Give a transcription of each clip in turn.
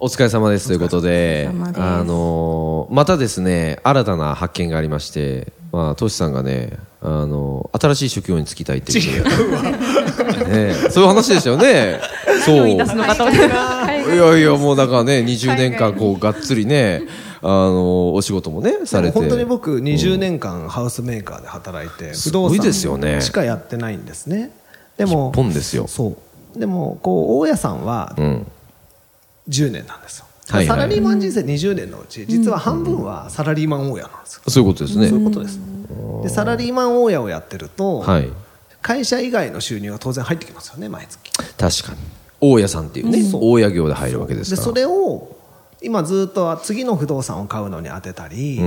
お疲れ様ですということでお疲れ様ですあのーまたですね新たな発見がありまして、まあ、トシさんがねあのー新しい職業に就きたいっていうことでね、そういう話でしたよねそういのかとやいやもうだからね20年間こうがっつりねあのーお仕事もねされて本当に僕20年間ハウスメーカーで働いてす不ご動いですよね産しかやってないんですねでも一本ですよそうでもこう大家さんはうん、 10年なんですよ、はいはいサラリーマン人生20年のうち実は半分はサラリーマン大家なんですよ、そういうことですね、そういうことですでサラリーマン大家をやってると、はい会社以外の収入が当然入ってきますよね毎月確かに大家さんっていうね、大家業で入るわけですでからそれを今ずっとは次の不動産を買うのに当てたり、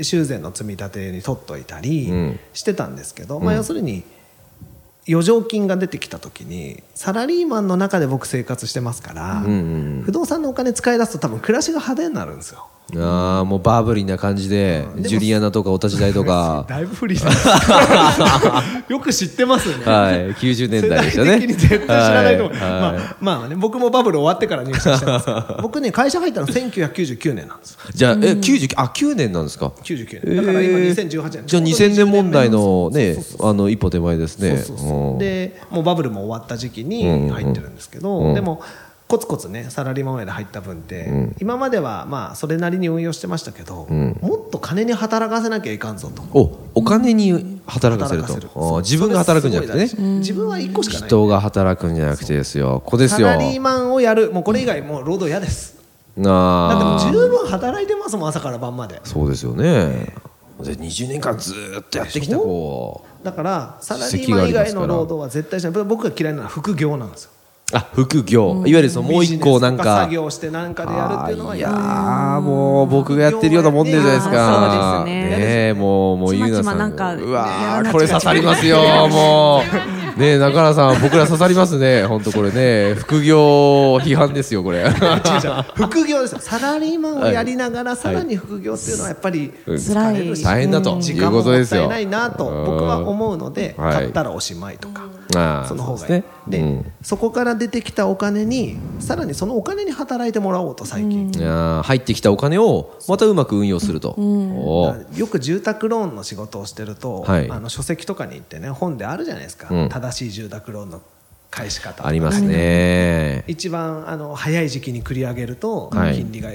修繕の積み立てに取っといたりうんしてたんですけど、まあ、要するに余剰金が出てきた時にサラリーマンの中で僕生活してますから、不動産のお金使い出すと多分暮らしが派手になるんですよ。あーもうバーブリーな感じで、ジュリアナとかお立ち台とか だいぶフ リーよく知ってますね。はい、90年世代代でし的たね。に絶対知らないと思う、はいはいまあまあね、僕もバブル終わってから入社してますけど僕ね会社入ったの1999年なんですよじゃあ、え、90、あ、9年なんですか。 99年だから今えー2018年じゃあ2000年問題のね、あの、一歩手前ですね。そうそうそううんでもうバブルも終わった時期に入ってるんですけど、でもコツコツねサラリーマンへで入った分って、今まではまあそれなりに運用してましたけど、もっと金に働かせなきゃいかんぞとお、お金に働かせる働かせると。あー自分が働くんじゃなくてそれすごね。い大事自分は1個しかない人が働くんじゃなくてですよ。ここですサよ。ラリーマンをやるもうこれ以外もう労働嫌ですだってもあうー十分働いてますもん朝から晩までそうですよね。で、20年間ずーっとやってきた、こう。だからサラリ実ー績がマあン以りますか外らの労働は絶対しない僕が嫌いなのは副業なんですよあ、副業。いわゆるそのもう一個なんビジネスとか作。業してなんかでやるっていうのはあーい嫌やーもう僕がやってるようなもんでじゃないですかあーそうですねえもうもうちゆまうちまなさんなんかうやらなわーきゃこれ刺さりま すよもうねえ中原さん僕ら刺さりますね本当これね副業批判ですよこ れ副業ですよサラリーマンをやりながらさらに副業っていうのはやっぱり疲れるし大変だと時い間うこもともでっすたいよないなと僕は思うのではい買ったらおしまいとかあーその方そがういでいすねでそこから出てきたお金にさらにそのお金に働いてもらおうと最近いやー入ってきたお金をまたうまく運用するとおーよく住宅ローンの仕事をしてると、はいあの書籍とかに行ってね本であるじゃないですか、うん正しい住宅ローンの返し方とかありますね一番あの早い時期に繰り上げるとはい金利が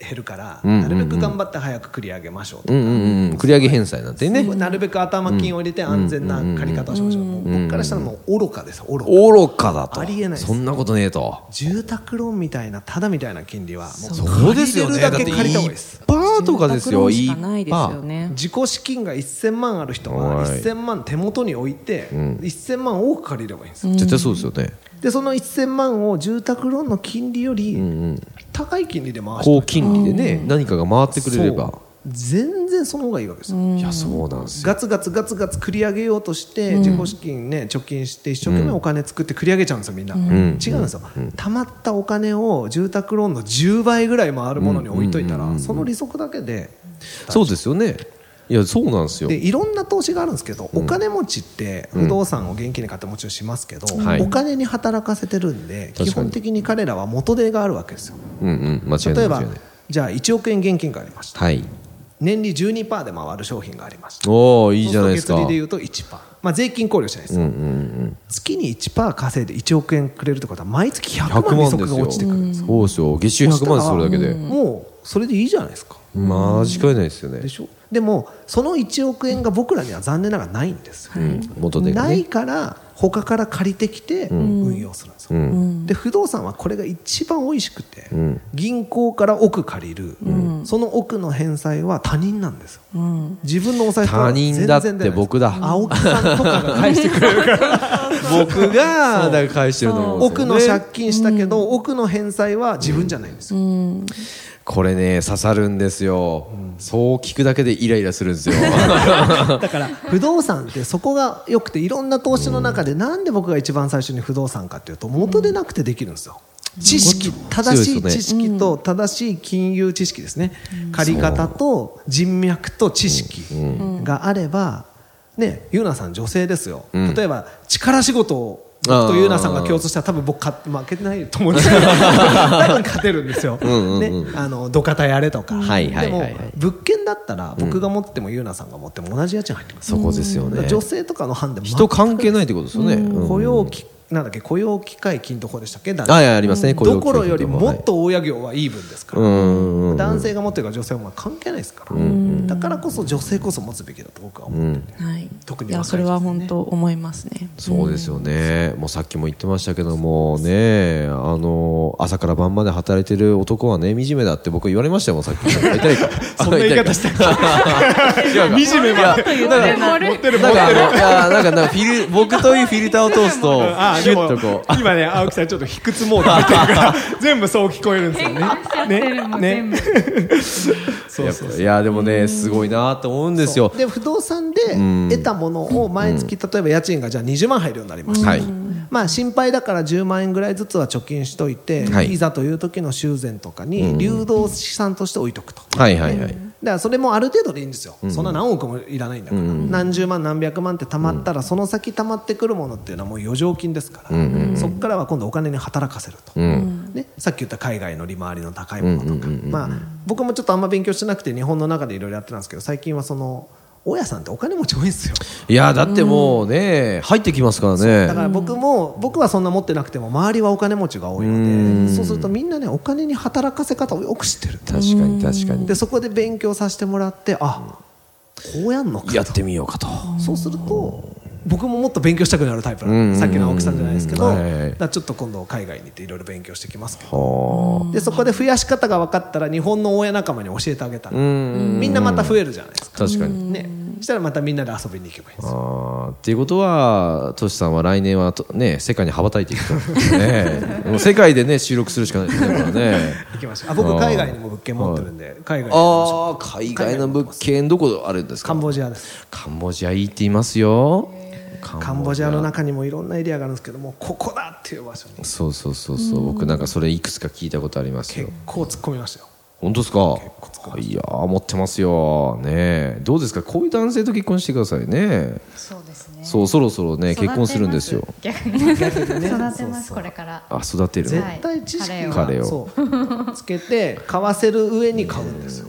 減るから、うんうんうんなるべく頑張って早く繰り上げましょうとうんうんうん繰り上げ返済なんてねなるべく頭金を入れて安全な借り方をしましょう、もう僕からしたらもう愚かです愚か愚かだとありえないですそんなことねえと住宅ローンみたいなただみたいな金利はもうそうですよね。借りれるだけ借りた方がいいですだっていっぱいとかですよ。しかないですよいっね。自己資金が1000万ある人ははい1000万手元に置いて、1000万多く借りればいいんですよぱい絶対そうですよね。でその1000万を住宅ローンの金利より高い金利で回して高金利でね、何かが回ってくれれば。全然その方がいいわけですよ、いや、そうなんですよ。ガツガツガツガツ繰り上げようとして自己資金ね貯金して一生懸命お金作って繰り上げちゃうんですよみんな、違うんですよ、たまったお金を住宅ローンの10倍ぐらい回るものに置いといたら、その利息だけでそうですよね。いや、そうなんですよで。いろんな投資があるんですけど、お金持ちって不動産を現金で買ってもちろんしますけど、はいお金に働かせてるんでかに基本的に彼らは元手があるわけですようんうん、間違いな例えい。間ば違いないじゃあ1億円現金がありましたはい。年利12%で回る商品がありましたおお、いいじゃないですかそうすると月利。でいうと1%、まあ、税金考慮しないですよ、月に1%稼いで1億円くれるってことは毎月100 100万利万息でが落ちすてくるんよ。そうですよ。月収100万ですそれだけで。もうそれでいいじゃないですか間違いないですよねで。しょでもその1億円が僕らには残念ながらないんですよ、元手がなねい。から他から借りてきて運用するんですよ、んで不動産はこれが一番美味しくて、ん銀行から奥借りる、その奥の返済は他人なんですよ、自分のお財布は他人だって全然出ないです僕だ青木さんとかが返してくれるから僕がだから返してると思うんです奥よねの借金したけど、奥の返済は自分じゃないんですよ、これね刺さるんですよ、そう聞くだけでイライラするん ですよだから不動産ってそこが良くていろんな投資の中でなんで僕が一番最初に不動産かっていうと元でなくてできるんですよ。知識正しい知識と正しい金融知識ですね借り方と人脈と知識があればねゆうなさん女性ですよん例えば力仕事を僕とゆうなさんが共通したら多分僕か負けてないと思うんで すけど多分勝てるんですよ。んうんうねあの土方やれとかはいはいではいもはい物件だったら僕が持ってもゆうなさんが持っても同じ家賃入ってますそこですよだかねら女性とかの判断人関係ないってことですよね、うん雇用機なんだっけ雇用機会金とこでしたっけ男性あいやありますね、雇用どころより協議とかもっと親業はいい分ですから、はいうんうんうん男性が持ってるから女性はまあ関係ないですから、だからこそ女性こそ持つべきだと僕は思ってる、はい、特にいや若いそれは人です本ね当思いますね。そうですよね、もうさっきも言ってましたけどもねあの朝から晩まで働いてる男はね惨めだって僕言われましたよもうさっきあ痛いか そんな言い方したっけ惨めまで言ってない 持ってる持なっんてかあるのいやなんかなんかフィル僕というフィルターを通すと あシュでもッとこう今ね青木さんちょっと卑屈モードみたいな 全部そう聞こえるんですよねねね そうそういやでもねすごいなと思うんですよで不動産で得たものを毎月、例えば家賃がじゃあ20万入るようになりました、はいまあ、心配だから10万円ぐらいずつは貯金しといて、はいい、ざという時の修繕とかに流動資産として置いとくと。はいはいはい、だからそれもある程度でいいんですよ、そんな何億もいらないんだから、何十万、何百万って貯まったら、その先貯まってくるものっていうのはもう余剰金ですから、そこからは今度お金に働かせると、ね、さっき言った海外の利回りの高いものとか、まあ、僕もちょっとあんま勉強してなくて日本の中でいろいろやってたんですけど最近はその大家さんってお金持ち多いんですよ。いやだってもうね入ってきますからねだから僕も、僕はそんな持ってなくても周りはお金持ちが多いのでそうするとみんなねお金に働かせ方をよく知ってる確かに確かにでそこで勉強させてもらってあこうやんのかやってみようかとそうすると僕ももっと勉強したくなるタイプなうんでんさっきの青木さんじゃないですけどはだいはいからちょっと今度海外に行っていろいろ勉強してきますけどはあでそこで増やし方が分かったら日本の親仲間に教えてあげたらんみんなまた増えるじゃないですか確かにねしたらまたみんなで遊びに行けばいいんですよあーっていうことは、トシさんは来年はと、ね、世界に羽ばたいていくと、 ね、もう世界で、ね、収録するしかないですね、これはね。行きましょうあ僕海外にも物件持ってるんで海外に行きましょああ、海外の物件、どこあるんですうかカンボジアですカンボジアいいって言いますよ。カカンボジアの中にもいろんなエリアがあるんですけどもここだっていう場所にそうそうそうそう、僕なんかそれいくつか聞いたことありますよ結。構突っ込みましたよ本当ですかいやー、持ってますよ。ねどうですかこういう男性と結婚してくださいね。そうですね。そう、そろそろね、結婚するんですよ。逆に。 育てます、これ から。あ、育てるの。はい絶対知識カがレーをそうつけて買わせる上に買うんですよ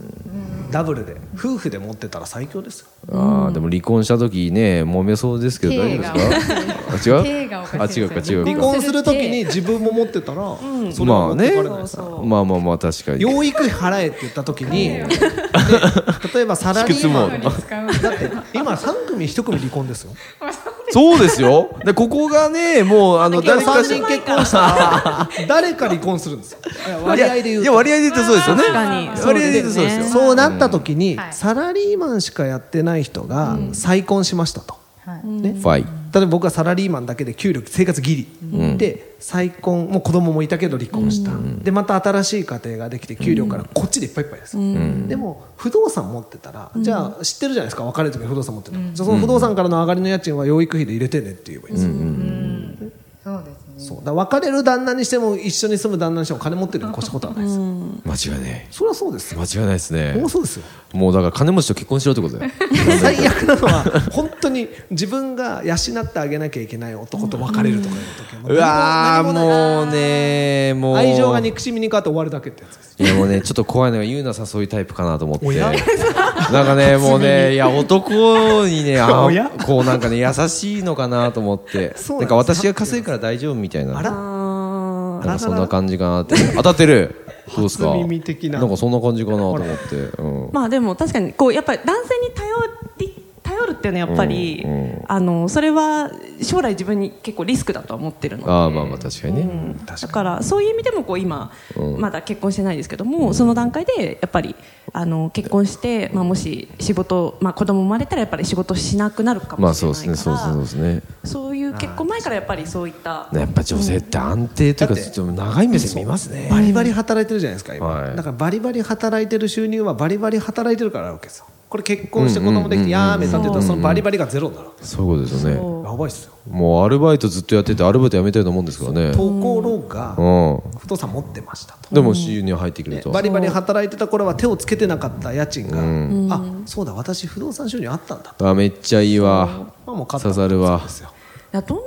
ダブルで夫婦で持ってたら最強ですよああでも離婚した時ね揉めそうですけど大丈夫ですかあ違う手がおかしいあ違うかです違ようかね離婚するときに自分も持ってたらそれまも持あってねかれないですからまあまあまあ確かに養育費払えって言ったときにね例えばサラリーマン敷だく使うんでって今3組1組離婚ですよそうですよでここがねもうあのだ誰かから3し人結婚したら誰か離婚するんですよいや割合で言いうとや割合で言うとそうですよね確かに割合で言うとそうですよねそうなった時に、はいサラリーマンしかやってない人が再婚しましたと、はい。ファイ例えば僕はサラリーマンだけで給料生活ギリ、で再婚もう子供もいたけど離婚した、でまた新しい家庭ができて給料からこっちでいっぱいいっぱいです、でも不動産持ってたら、じゃあ知ってるじゃないですか別れる時に不動産持ってたら、じゃあその不動産からの上がりの家賃は養育費で入れてねって言えばいいんですよ、そうですね。そうだから別れる旦那にしても一緒に住む旦那にしても金持ってるに越したことはないです、間違いないそれはそうですよ間違いないですねもうそうですよもうだから金持ちと結婚しろってことだよ最悪なのは本当に自分が養ってあげなきゃいけない男と別れるとかいう時はもうわー何もないもうねもう愛情が憎しみに変わって終わるだけってやつですいやもうね、ちょっと怖いのが、ゆうなさんそういうタイプかなと思って。おやなんか ね、もうね、いや、男にね、あおやこうなんかね、優しいのかなと思って。そうななんですんか私が稼ぐから大丈夫みたいな。あなんらあかそんな感じかなって。当たってるどうですか初耳的なんかそんな感じかなと思って。うんーまあでも確かにこうやっぱり男性に頼り頼るってっていうのはやっぱり、うんうんあのそれは将来自分に結構リスクだとは思ってるのでああまあまあ確かにね、うん確かにだからそういう意味でもこう今、うんまだ結婚してないですけども、その段階でやっぱりあの結婚して、まあ、もし仕事、まあ、子供生まれたらやっぱり仕事しなくなるかまもあしそうれでないすから、ねそうそうそうですねそういう結婚前からやっぱりそういった、ねやっぱ女性って安定というかだってちょっと長い目で見ますねバリバリ働いてるじゃないですか、今はいだからバリバリ働いてる収入はバリバリ働いてるからあるわけですよこれ結婚して子供できてやーめたって言ったらそのバリバリがゼロになるわけですそういうことですよねやばいっすよもうアルバイトずっとやっててアルバイト辞めたようなもんですからねところがう不動産持ってましたとんでも収入入ってくるねと、バリバリ働いてた頃は手をつけてなかった家賃が、あそうだ私不動産収入あったんだとあめっちゃいいわまあもう買った刺さるわですよだからどんなに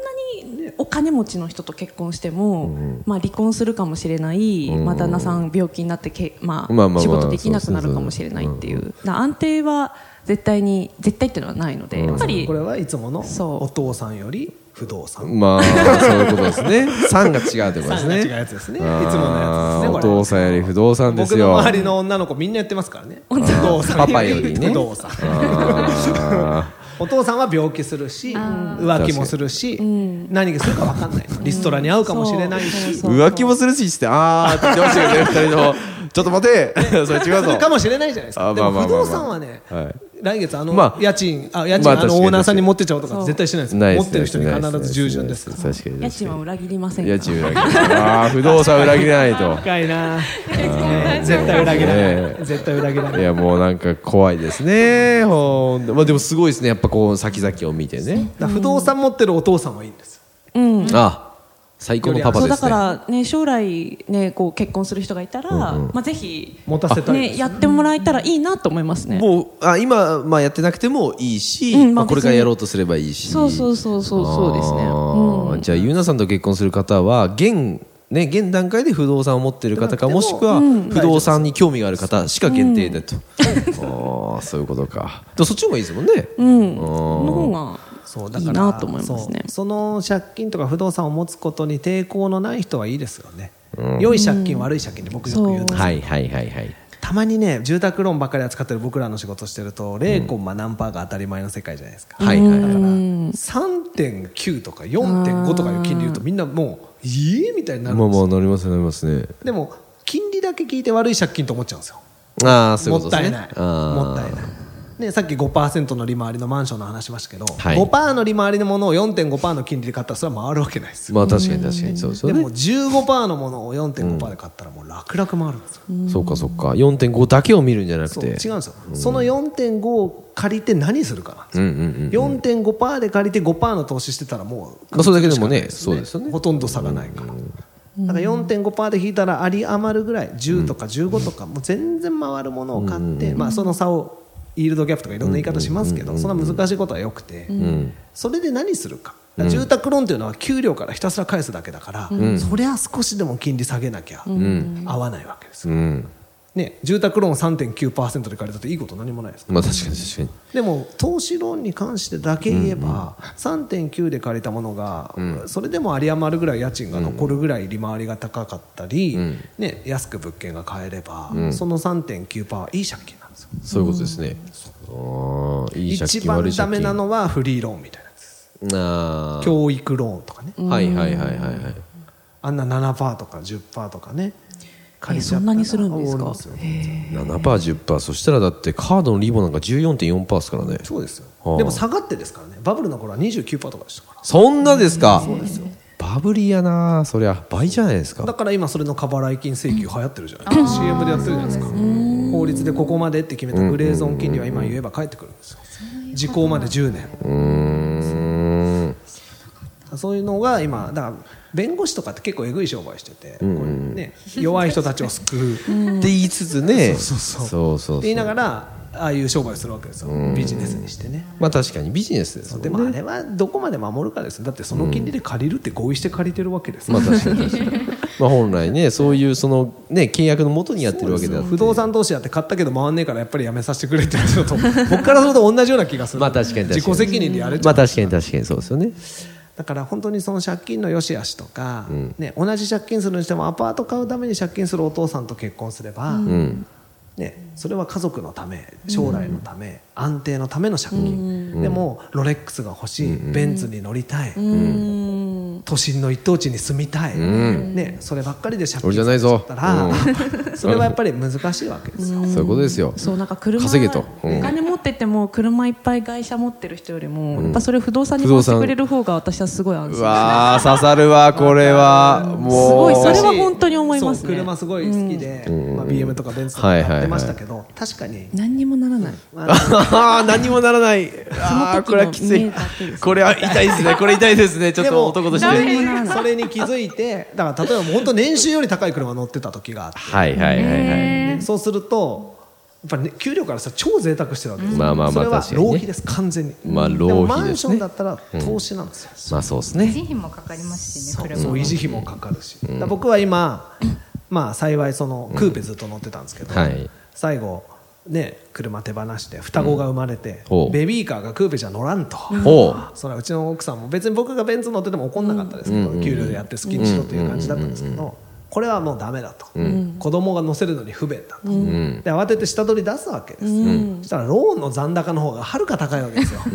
お金持ちの人と結婚しても、まあ、離婚するかもしれない、まあ、旦那さん病気になってけ、まあまあまあまあ仕事できなくなるかもしれないっていうだから安定は絶対に絶対っていうのはないので、やっぱりこれはいつものそうお父さんより不動産まあそういうことです ね3が違うってことですさんが違うねやつですねいつもあーのやつですねお父さんより不動産です僕よの周りの女の子みんなやってますからねお父さんパパよりね不動産あお父さんは病気するし浮気もするし何がするか分かんないリストラに会うかもしれないそうしそうー浮気もするししてあーって言ってましたけどね二人ともちょっと待てそれ違うするぞかもしれないじゃないですかあでまあもまあ不まあまあ動産はねはい来月あのまあ家賃あ家賃まああの確かにオーナーさんに持ってっちゃおうとか絶対しないですないで持っすてる人にない必ず従順ですない確かに家賃は裏切りませんか家賃裏切らないああ不動産裏切らないと深いな絶対裏切らねない絶対裏切らないいやもうなんか怖いですねほんでまあでもすごいですねやっぱこう先々を見てねだから不動産持ってるお父さんはいいんですようん、あ最高のパパでそうだすかねら、ね、将来、ね、こう結婚する人がいたら、まあ、ぜひ、持たせたいですね、やってもらえたらいいなと思いますね。もうあ今、まあ、やってなくてもいいし、うんままあ、あこれ別にからやろうとすればいいしそうそうそうそうそうですねあーじゃあゆうなさんと結婚する方は現,、ね、現段階で不動産を持っている方かもしくは不動産に興味がある方しか限定だと、あーそういうことかでもそっちの方がいいですもんね、うん、あのー方がそうだいかいらなと思いますねそう。その借金とか不動産を持つことに抵抗のない人はいいですよね、良い借金悪い借金って僕よく言うんですけどはいはいはいはいたまにね住宅ローンばっかり扱ってる僕らの仕事してると0コンマ何パーが当たり前の世界じゃないですか、はいはいはい3.9とか4.5とかいう金利言うとみんなもうええみたいになるんまあですよまあなりますねなりますねでも金利だけ聞いて悪い借金と思っちゃうんですよああそういうもこっとたですいねないあーもったいないね、さっき5%の利回りのマンションの話しましたけど、はい5%の利回りのものを4.5%の金利で買ったらそれは回るわけないですよまあ確かに確かにそうですよでねも15%のものを4.5%で買ったらもう楽々回るんですよそうかそうか4.5だけを見るんじゃなくそう違うんてですよ、その4.5を借りて何するかなんですうよ、んうんうん4.5%で借りて5%の投資してたらもう、まあそれだけでもねそうですよねほとんど差がないから、だから4.5%で引いたらあり余るぐらい10とか15とかもう全然回るものを買って、まあ、その差をイールドギャップとかいろんな言い方しますけど、そんな難しいことはよくて、それで何するか。だから住宅ローンというのは給料からひたすら返すだけだから、そりゃ少しでも金利下げなきゃ合わないわけですようんね、住宅ローン3.9%で借りたっていいこと何もないですかまあ確かに確かにでも投資ローンに関してだけ言えば、3.9で借りたものが、それでも有り余るぐらい家賃が残るぐらい利回りが高かったり、ね、安く物件が買えれば、その3.9%はいい借金なんですよそういうことですね。ああ、いい借一金悪番いダ借メ金。なのはフリーローンみたいなやつですあー教育ローンとかねはいはいはいはいはい。あんな7%とか10%とかね借りちゃえそったんらなにするんです終わりかまよ7パー10パーそしたらだってカードのリボなんか14.4パーですからね。そうですよはあでも下がってですからねバブルの頃は29%とかでしたからそんなですか。バブリーやな、そりゃ倍じゃないですだか。から今それの過払い金請求流行ってるじゃないですか CM でやってるじゃないですか法律でここまでって決めたグレーゾーン金利は今言えば返ってくるんですよ時効まで10う年ーん。そういうのが今だから弁護士とかって結構えぐい商売してて、これね、弱い人たちを救うってって言いつつね。そうそうそうそう。言いながらああいう商売をするわけですよビジネスにしてねまあ確かにビジネスですもんでね。もあれはどこまで守るかですよだってその金利で借りるって合意して借りてるわけですよまあ確かに確かに。 まあ本来ね、そういうそのね契約のもとにやってるわけであって不動産投資やって買ったけど回んねえからやっぱりやめさせてくれって言うのと 僕からすると同じような気がするまあ確かに確かに自己責任でやれちまゃう、あ確かに確かにそうですよね。だから本当にその借金の良し悪しとか、ね、同じ借金するにしてもアパート買うために借金するお父さんと結婚すれば、ね、それは家族のため将来のため、安定のための借金、でもロレックスが欲しい、ベンツに乗りたい、うん都心の一等地に住みたい、んね、そればっかりで借俺金じゃないしちゃぞったら、 それはやっぱり難しいわけですよ。そういうことですよそうなんか車稼げとうんお金持ってても車いっぱい会社持ってる人よりも、やっぱそれ不動産に不動回して産くれる方が私はすごい安う心わあ刺さるわこれはすもごういそれは本当に思いますねそう車すごい好きで、まあ、BM とかベンツとはかいはいはい買ってましたけど、確かに何にもならないあー 何にもならないああこれはきつ目いだけですこれは痛いですねこれ痛いですねちょっでとも男としそてれにそれに気づいてだから例えば本当年収より高い車乗ってた時があってはいはいはいはいそうするとやっぱりね、給料からしたら超贅沢してるわけですよ、まあまあまあ確それかはにね浪費です完全に、まあ浪費もマンでシすョねンだったら投資なんですよ、まあそうです維ね持費もかかりますしね、車そうも維持費もかかるし、だから僕は今、まあ、幸いそのクーペずっと乗ってたんですけど、はい最後、ね、車手放して双子が生まれて、ほうベビーカーがクーペじゃ乗らんと。ほうそれはうちの奥さんも別に僕がベンツ乗ってても怒んなかったですけど、給料でやって好きにしろという感じだったんですけど、これはもうダメだと、子供が乗せるのに不便だと、で慌てて下取り出すわけです、そしたらローンの残高の方がはるか高いわけですよ、こ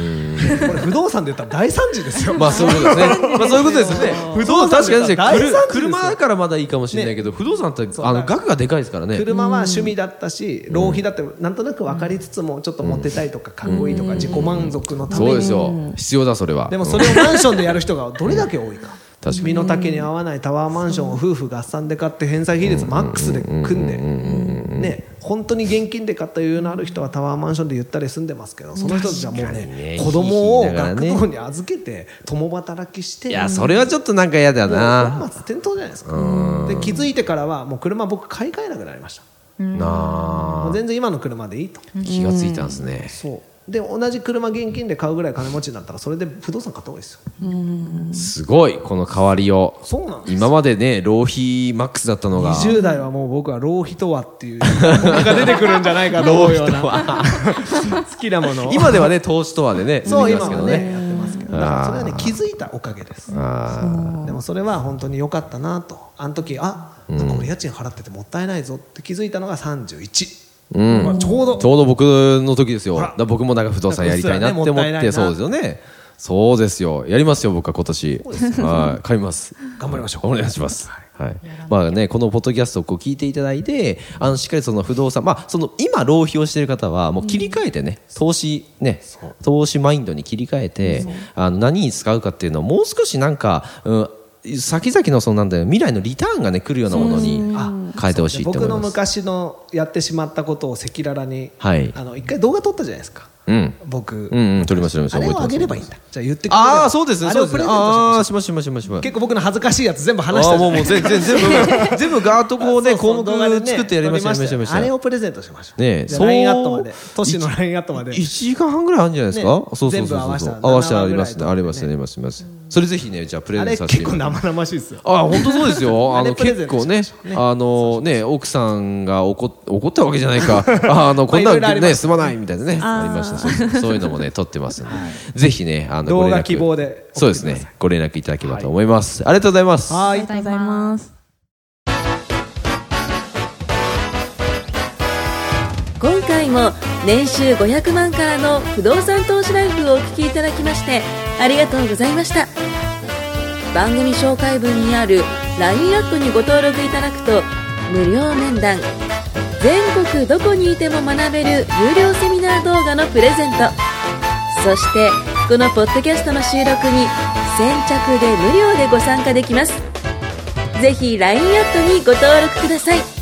れ不動産で言ったら大惨事ですよまあそういうことです ね。まあそういうことですよね。不動産確かに確かに大惨事ですよ車だからまだいいかもしれないけど、不動産ってあの額がでかいですからね。車は趣味だったし、浪費だってなんとなく分かりつつもちょっとモテたいとかかっこいいとか自己満足のたそめうにですよ。必要だそれは。でもそれをマンションでやる人がどれだけ多いか 確かに身の丈に合わないタワーマンションを夫婦合算で買って返済比率マックスで組んで、ね、本当に現金で買った余裕のある人はタワーマンションでゆったり住んでますけどその人たちはもう確かにねね子供をひいひい言いながら学ね童に預けて共働きしていやそれはちょっとなんか嫌だもうな。本末転倒じゃないですかで気づいてからはもう車僕買い替えなくなりましたなもう全然今の車でいいと。あ気がついたんですね。そうで同じ車現金で買うぐらい金持ちになったらそれで不動産買った方がいいですよすごいこの変わりよう。そうなんです今までね浪費マックスだったのが。 20代はもう僕は浪費とはっていう僕が出てくるんじゃないかと思うような 好きなものを今ではね投資とはでね。そうできま今すけはどねやってますけどだからそれはねあー気づいたおかげですあでもそれは本当に良かったなとあの時あなんか俺家賃払っててもったいないぞって気づいたのが31、ーうん。まあちょうどちょうど僕の時ですよ。ほだらから僕もなんか不動産やりたいなって思なんっかうて、っすらそうねですよね。そうですよ。やりますよ、僕は今年。はい、買います。頑張りましょうお願いします。はい。まあね、このポッドキャストをこう聞いていただいて、あの、しっかりその不動産、まあ、その今浪費をしている方は、もう切り替えてね、投資ね、投資マインドに切り替えて、あの、何に使うかっていうのをもう少しなんか、うん、先々のそのなんだよ未来のリターンがね来るようなものに変えてほしいって思僕いのます。昔のやってしまったことを赤裸々に、はいあの一回動画撮ったじゃないですかうん。僕、うんうん撮りました撮りましたあれ覚えてをますあげればいいんだじゃあ言ってくれればああ、そうですね。あそれうでをすプねレゼ。ンあトしましょうあ、しましましましま。結構僕の恥ずかしいやつ全部話しあたあじゃもうないもうですか全然全 部全部ガーッとこうね項目作ってやりましたやりましたやりましたあれをプレゼントしましょうねえじゃあそう LINE アットまで都市の LINE アットまで1時間半ぐらいあるんじゃないですかねそうそうそう全部そう合わせたら合わせたらありま7すねぐらいありますねありますありますそれぜひねじゃあプレあゼンれトさせて結い構ただきます生々しいですよあ本当そうですよ。ああのれプレ結ゼント構しねましょ、うねあのね奥さんが怒っ怒ったわけじゃない か。あのこんなまあいろいろあのりますねすまないみたいなねああーりました。そうそうそういうのもね撮ってますんで。ぜひねあの動ご連画絡希望でそ送うっですてくださいねご連絡いただければと思います。ありがとうございます。はあいりがありがとうございます今回も年収500万からの不動産投資ライフをお聞きいただきましてありがとうございました番組紹介文にある LINE アットにご登録いただくと無料面談全国どこにいても学べる有料セミナー動画のプレゼントそしてこのポッドキャストの収録に先着で無料でご参加できますぜひ LINE アットにご登録ください